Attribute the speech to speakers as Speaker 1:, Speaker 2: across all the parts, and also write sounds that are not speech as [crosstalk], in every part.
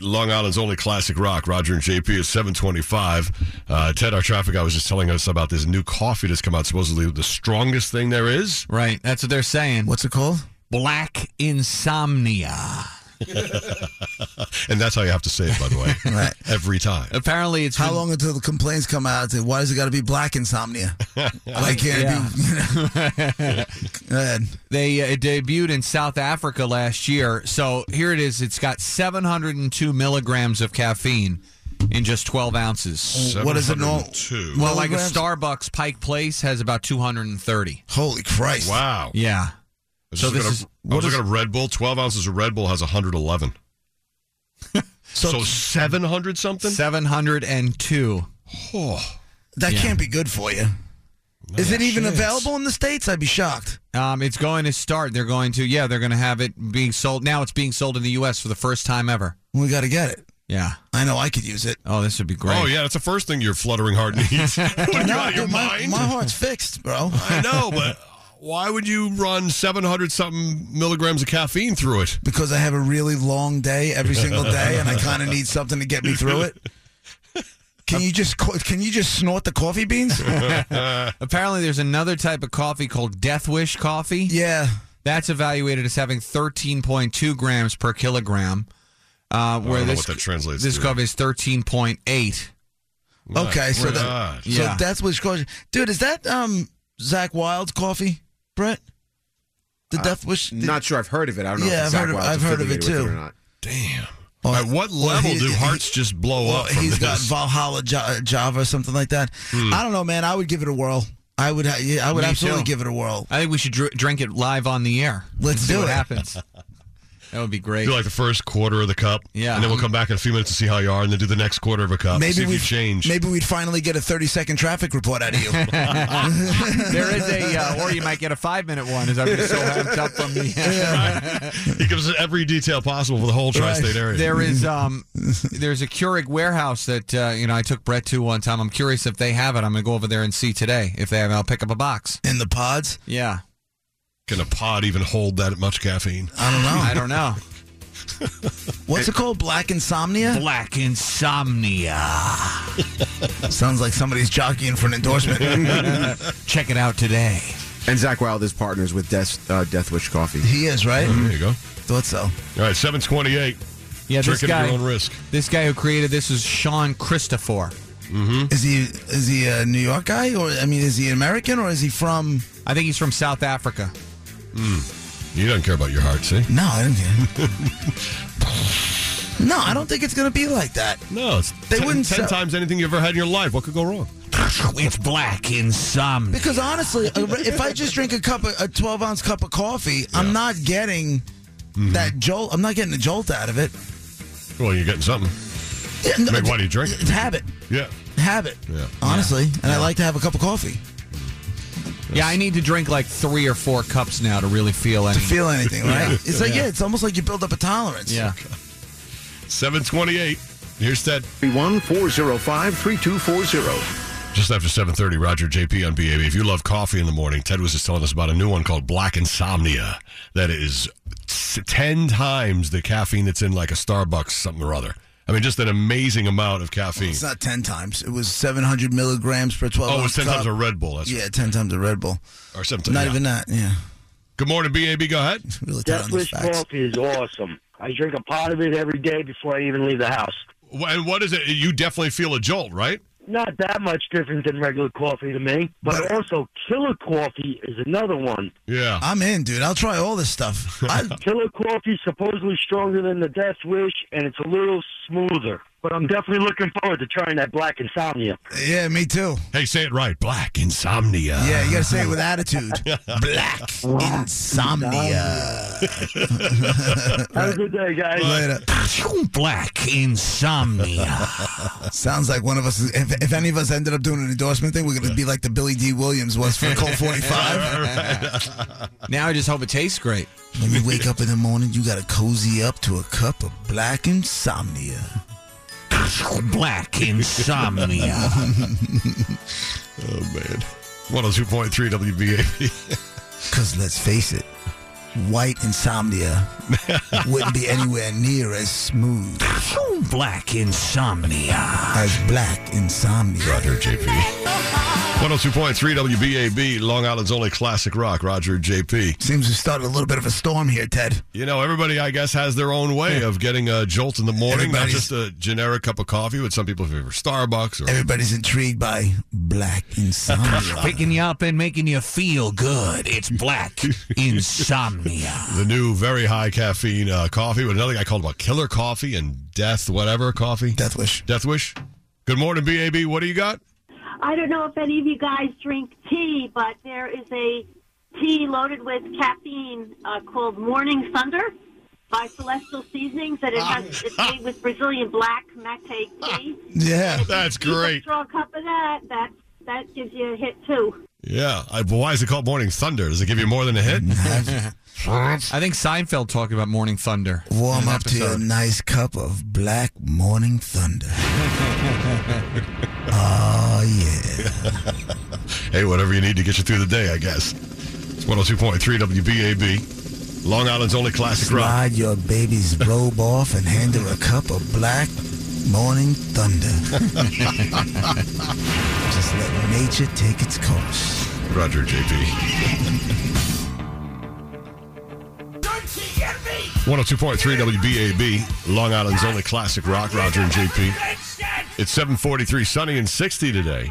Speaker 1: Long Island's only classic rock. Roger and JP is 725. Uh, Ted, our traffic guy was just telling us about this new coffee that's come out, supposedly the strongest thing there is.
Speaker 2: Right. That's what they're saying.
Speaker 3: What's
Speaker 1: [laughs]
Speaker 3: it called?
Speaker 2: Black insomnia.
Speaker 1: And that's how you have to say it, by the way.
Speaker 3: [laughs] Right.
Speaker 1: Every time.
Speaker 2: Apparently, it's
Speaker 3: How
Speaker 2: been-
Speaker 3: long until the complaints come out? That why does it got to be black
Speaker 1: [laughs]
Speaker 3: insomnia? Why can't it be? You know? [laughs] Go ahead.
Speaker 2: They uh, it debuted in South Africa last year. So here it is. It's got 702 milligrams of caffeine in just 12 ounces.
Speaker 3: Uh, What is it normal?
Speaker 1: 702.
Speaker 2: Well, like a
Speaker 3: milligrams?
Speaker 2: Starbucks Pike Place has about 230.
Speaker 3: Holy Christ!
Speaker 1: Wow.
Speaker 2: Yeah.
Speaker 1: I was
Speaker 2: So
Speaker 1: just looking
Speaker 2: this is-
Speaker 1: at- I was looking at Red Bull. 12 ounces of Red Bull has
Speaker 3: [laughs]
Speaker 1: 111. so, 700 something?
Speaker 2: 702.
Speaker 1: Oh,
Speaker 3: That
Speaker 2: Yeah.
Speaker 3: can't be good for you. is it even available in the states? I'd be shocked.
Speaker 2: Um, it's going to start. They're going to, yeah, they're going to have it being sold. Now it's being sold in the U.S. for the first time ever.
Speaker 3: We got to get it.
Speaker 2: Yeah.
Speaker 3: I know I could use it.
Speaker 2: Oh, this would be great.
Speaker 1: oh, yeah. That's the first thing your fluttering heart
Speaker 3: [laughs]
Speaker 1: needs. what, are you out of your
Speaker 3: Dude, my,
Speaker 1: mind?
Speaker 3: my heart's fixed, bro.
Speaker 1: I
Speaker 3: [laughs]
Speaker 1: know, but why would you run 700 something milligrams of caffeine through it?
Speaker 3: Because I have a really long day every single day, and I kind of need something to get me through
Speaker 1: [laughs]
Speaker 3: it. Can you just co- can you just snort the
Speaker 1: [laughs]
Speaker 3: coffee beans?
Speaker 2: Apparently, there's another type of coffee called Death Wish coffee.
Speaker 3: Yeah.
Speaker 2: That's evaluated as having 13.2 grams per kilogram. Uh, where
Speaker 1: know
Speaker 2: this,
Speaker 1: what that translates
Speaker 2: This
Speaker 1: to.
Speaker 2: coffee is 13.8.
Speaker 3: Okay, so
Speaker 1: Right.
Speaker 3: that,
Speaker 2: Right. Yeah.
Speaker 3: so that's what's causing. Dude, is that um Zach Wild's coffee, Brett? The
Speaker 1: Uh,
Speaker 3: Death Wish. the-
Speaker 4: Not sure I've heard of it. I don't know
Speaker 3: Yeah,
Speaker 4: if
Speaker 3: I've
Speaker 4: Zach
Speaker 3: heard of-
Speaker 4: Wilde's
Speaker 3: I've heard of it,
Speaker 4: affiliated with
Speaker 3: too.
Speaker 4: or not.
Speaker 1: Damn.
Speaker 3: Oh,
Speaker 1: At what
Speaker 3: well,
Speaker 1: level
Speaker 3: he-
Speaker 1: do
Speaker 3: he-
Speaker 1: hearts just blow
Speaker 3: Well,
Speaker 1: up from
Speaker 3: he's
Speaker 1: this? Hmm.
Speaker 3: got Valhalla Ja- Java or something like that. I don't know, man. I would give it a whirl. I would. ha- Yeah, I would
Speaker 2: Me
Speaker 3: absolutely
Speaker 2: too.
Speaker 3: give it a whirl.
Speaker 2: I think we should dr- drink it live on the air.
Speaker 3: Let's
Speaker 2: and see
Speaker 3: do
Speaker 2: what
Speaker 3: it. [laughs]
Speaker 2: happens. that would be great.
Speaker 1: do like the first quarter of the cup,
Speaker 2: Yeah.
Speaker 1: and then we'll come back in a few minutes to see how you are, and then do the next quarter of a cup. see
Speaker 3: Maybe
Speaker 1: if
Speaker 3: we
Speaker 1: you change.
Speaker 3: Maybe we'd finally get a thirty-second traffic report out of you.
Speaker 2: [laughs]
Speaker 1: [laughs]
Speaker 2: there is a, uh, or you might get a five minute one, as I'm just so amped up from
Speaker 3: [laughs]
Speaker 2: the.
Speaker 1: He gives us every detail possible for the whole tri-state area.
Speaker 2: there is um, there's a Keurig warehouse that uh, you know I took Brett to one time. I'm curious if they have it. I'm gonna go over there and see today if they have. it. I'll pick up a box.
Speaker 3: In the pods,
Speaker 2: Yeah,
Speaker 1: Can a pod even hold that much caffeine?
Speaker 3: I don't know.
Speaker 2: I don't know.
Speaker 3: [laughs] What's it called? Black insomnia.
Speaker 2: Black insomnia.
Speaker 3: Sounds like somebody's jockeying for
Speaker 1: [laughs]
Speaker 3: an endorsement.
Speaker 2: Check it out today.
Speaker 4: And Zach Wilde is partners with Death, uh, Death Wish Coffee.
Speaker 3: he is right.
Speaker 1: There you go.
Speaker 3: Thought so.
Speaker 1: All right, seven twenty-eight.
Speaker 2: Yeah, this
Speaker 1: Drinking at your own
Speaker 2: guy,
Speaker 1: risk.
Speaker 2: this guy who created this is Sean Christopher.
Speaker 1: Hmm?
Speaker 3: Is he is he a New York guy or I mean is he American or is he from?
Speaker 2: I think he's from South Africa.
Speaker 1: He doesn't care about your heart, see?
Speaker 3: No, I don't get it. [laughs] No, I don't think it's gonna be like that.
Speaker 1: No, it's
Speaker 3: They
Speaker 1: 10
Speaker 3: wouldn't
Speaker 1: ten
Speaker 3: sell-
Speaker 1: times anything you ever had in your life. What could go wrong?
Speaker 2: It's black insomnia.
Speaker 3: Because honestly, a re- if I just drink a cup of a twelve ounce cup of coffee, I'm not getting
Speaker 1: Mm-hmm.
Speaker 3: that jolt. I'm not getting a jolt out of it.
Speaker 1: Well, you're getting something.
Speaker 3: Yeah, no,
Speaker 1: Maybe why do you drink
Speaker 3: It's
Speaker 1: it?
Speaker 3: habit,
Speaker 1: Yeah.
Speaker 3: habit.
Speaker 1: Yeah.
Speaker 3: Honestly, and I like to have a cup of coffee
Speaker 2: Yeah, I need to drink like three or four cups now to really feel any.
Speaker 3: to feel anything. Right? It's like yeah. it's almost like you build up a tolerance.
Speaker 2: yeah.
Speaker 1: Seven twenty-eight. Here's that.
Speaker 4: 405 3240.
Speaker 1: Just after 7.30, Roger JP on BAB. If you love coffee in the morning, Ted was just telling us about a new one called Black Insomnia that is s- 10 times the caffeine that's in like a Starbucks something or other. I mean, just an amazing amount of caffeine.
Speaker 3: It's not ten times. It was seven hundred milligrams per twelve.
Speaker 1: Oh,
Speaker 3: ounce
Speaker 1: it's 10
Speaker 3: cup.
Speaker 1: times a Red Bull. That's
Speaker 3: Yeah, ten times a Red Bull.
Speaker 1: Or something.
Speaker 3: Not
Speaker 1: yeah.
Speaker 3: even that. Yeah,
Speaker 1: Good morning, BAB. Go ahead.
Speaker 3: really tight on
Speaker 5: Death
Speaker 3: those
Speaker 5: Wish
Speaker 3: facts.
Speaker 5: coffee is awesome. I drink a pot of it every day before I even leave the house.
Speaker 1: Wh- And what is it? You definitely feel a jolt, right?
Speaker 5: Not that much different than regular coffee to me, but also killer coffee is another one.
Speaker 1: Yeah.
Speaker 3: I'm in, dude. I'll try all this stuff. I,
Speaker 5: Killer coffee supposedly stronger than the Death Wish, and it's a little smoother. But I'm definitely looking forward to trying that Black Insomnia.
Speaker 3: yeah, me too.
Speaker 1: hey, say it right. Black Insomnia.
Speaker 3: Yeah, you gotta say it with attitude. Black insomnia.
Speaker 5: Have a good day, guys.
Speaker 3: Later.
Speaker 2: [laughs] Black insomnia.
Speaker 3: Sounds like one of us. If, if any of us ended up doing an endorsement thing, we're gonna be like the Billy D. Williams was for Colt 45.
Speaker 2: now I just hope it tastes great.
Speaker 3: when you wake up in the morning, you gotta cozy up to a cup of black insomnia.
Speaker 2: Black insomnia.
Speaker 1: Oh, man. 102.3 WBAB.
Speaker 3: Cause let's face it, white insomnia wouldn't be anywhere near as smooth
Speaker 6: Black insomnia.
Speaker 3: as black insomnia.
Speaker 1: Roger JP. 102.3 WBAB, Long Island's only classic rock, Roger JP.
Speaker 3: Seems we started a little bit of a storm here, Ted.
Speaker 1: You know, everybody, I guess, has their own way of getting a jolt in the morning,
Speaker 3: Everybody's-
Speaker 1: not just a generic cup of coffee, but some people favor Starbucks or
Speaker 3: Everybody's intrigued by black insomnia.
Speaker 2: Picking you up and making you feel good. It's black insomnia.
Speaker 1: the new very high caffeine uh, coffee. But another guy called about killer coffee and death, whatever coffee.
Speaker 3: Death wish.
Speaker 1: Death Wish. Good morning, BAB. What do you got?
Speaker 7: I don't know if any of you guys drink tea, but there is a tea loaded with caffeine uh, called Morning Thunder by Celestial Seasonings, and it has it's made with Brazilian black mate tea.
Speaker 3: Yeah.
Speaker 1: That's
Speaker 7: Keep A
Speaker 1: great.
Speaker 7: straw cup of that. That that gives you a hit too.
Speaker 1: Yeah. I, but why is it called Morning Thunder? Does it give you more than a
Speaker 3: [laughs]
Speaker 1: hit?
Speaker 2: [laughs] I think Seinfeld talked about morning thunder.
Speaker 3: Warm
Speaker 2: in an
Speaker 3: up to your
Speaker 2: episode.
Speaker 3: nice cup of black morning [laughs] thunder. oh, yeah.
Speaker 1: hey, whatever you need to get you through the day, I guess. It's 102.3 WBAB, Long Island's only classic rock.
Speaker 3: Slide your baby's robe off and hand her a cup of black morning [laughs] thunder. Just let nature take its course.
Speaker 1: Roger JP. 102.3 WBAB, Long Island's only classic rock, Roger and JP. It's 743 sunny and 60 today.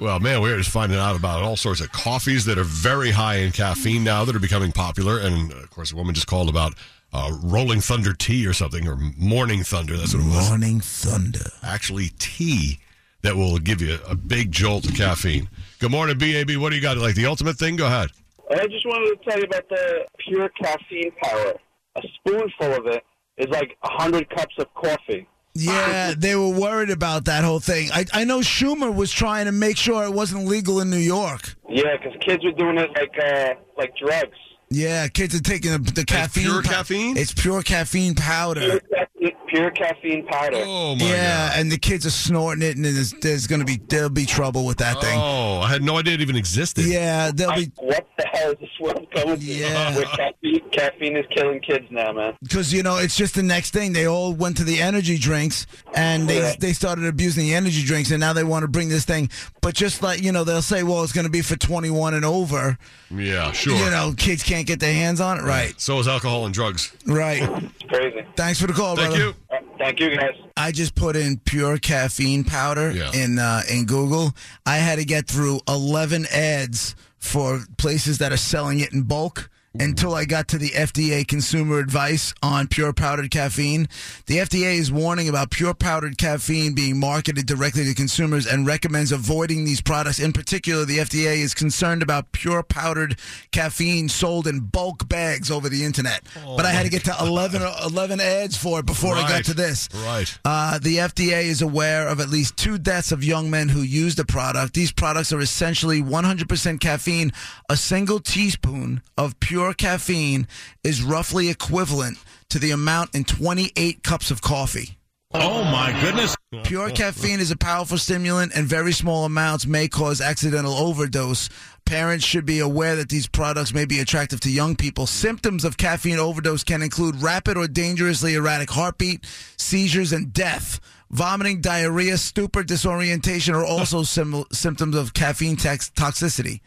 Speaker 1: Well, man, we're just finding out about all sorts of coffees that are very high in caffeine now that are becoming popular. And of course, a woman just called about uh, Rolling Thunder tea or something, or Morning Thunder. That's what it was.
Speaker 3: Morning thunder.
Speaker 1: Actually, tea that will give you a big jolt of caffeine. Good morning, BAB. What do you got? Like the ultimate thing? Go ahead.
Speaker 8: I just wanted to tell you about the pure caffeine power. A spoonful of it is like a 100 cups of coffee.
Speaker 3: Yeah, they were worried about that whole thing. I, I know Schumer was trying to make sure it wasn't legal in New York.
Speaker 8: Yeah, 'cause kids are doing it like uh, like drugs.
Speaker 3: Yeah, kids are taking the, the caffeine.
Speaker 1: pure caffeine?
Speaker 3: It's pure caffeine powder.
Speaker 8: Pure caffeine, pure caffeine powder.
Speaker 1: Oh, my
Speaker 3: Yeah,
Speaker 1: God.
Speaker 3: and the kids are snorting it, and there's, there's gonna be there'll be trouble with that thing.
Speaker 1: Oh, I had no idea it even existed.
Speaker 3: Yeah, there'll
Speaker 8: I-
Speaker 3: be
Speaker 8: what the hell is this world going to?
Speaker 3: Yeah.
Speaker 8: Where caffeine, caffeine is killing kids now, man.
Speaker 3: because you know it's just the next thing. They all went to the energy drinks, and they
Speaker 8: Yeah.
Speaker 3: they started abusing the energy drinks, and now they want to bring this thing. But just like you know, they'll say, well, it's gonna be for 21 and over.
Speaker 1: Yeah, sure.
Speaker 3: You know, kids can't get their hands on it. Right,
Speaker 1: So is alcohol and drugs.
Speaker 3: right.
Speaker 8: It's crazy.
Speaker 3: Thanks for the call,
Speaker 1: Thank
Speaker 3: brother.
Speaker 1: you.
Speaker 8: All right, Thank you, guys.
Speaker 3: I just put in pure caffeine powder
Speaker 1: Yeah.
Speaker 3: in uh, in Google. I had to get through eleven ads for places that are selling it in bulk until I got to the FDA consumer advice on pure powdered caffeine. The FDA is warning about pure powdered caffeine being marketed directly to consumers and recommends avoiding these products. In particular, the FDA is concerned about pure powdered caffeine sold in bulk bags over the internet. but I had to get to 11, or 11 ads for it before I
Speaker 1: Right.
Speaker 3: got to this.
Speaker 1: Right.
Speaker 3: Uh, the FDA is aware of at least two deaths of young men who used the product. These products are essentially 100% caffeine. A single teaspoon of pure caffeine is roughly equivalent to the amount in 28 cups of coffee.
Speaker 9: Oh my goodness.
Speaker 3: Pure caffeine is a powerful stimulant, and very small amounts may cause accidental overdose. Parents should be aware that these products may be attractive to young people. Symptoms of caffeine overdose can include rapid or dangerously erratic heartbeat, seizures, and death. Vomiting, diarrhea, stupor, disorientation are also sim- symptoms of caffeine tax toxicity.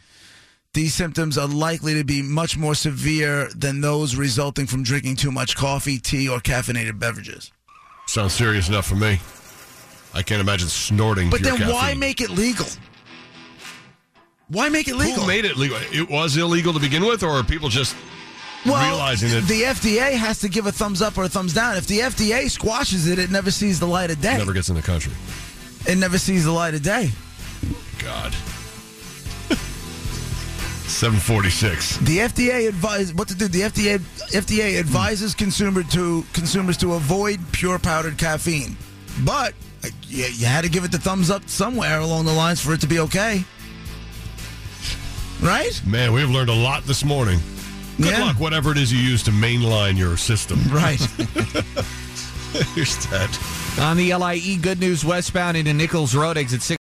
Speaker 3: These symptoms are likely to be much more severe than those resulting from drinking too much coffee, tea, or caffeinated beverages.
Speaker 1: Sounds serious enough for me. I can't imagine snorting.
Speaker 3: But
Speaker 1: pure
Speaker 3: then why
Speaker 1: caffeine.
Speaker 3: make it legal? Why make it legal?
Speaker 1: Who made it legal? It was illegal to begin with, or are people just realizing that
Speaker 3: the FDA has to give a thumbs up or a thumbs down. If the FDA squashes it, it never sees the light of day.
Speaker 1: never gets in the country?
Speaker 3: It never sees the light of day.
Speaker 1: God. [laughs] 746.
Speaker 3: The FDA advise what to do. The FDA FDA
Speaker 1: Hmm.
Speaker 3: advises consumer to consumers to avoid pure powdered caffeine, but like, you, you had to give it the thumbs up somewhere along the lines for it to be okay,
Speaker 1: [laughs]
Speaker 3: right?
Speaker 1: Man, we've learned a lot this morning. Good
Speaker 3: Yeah.
Speaker 1: luck, whatever it is you use to mainline your system.
Speaker 3: Right.
Speaker 1: Here's that.
Speaker 2: E On the LIE Good News westbound into Nichols Road exit 6.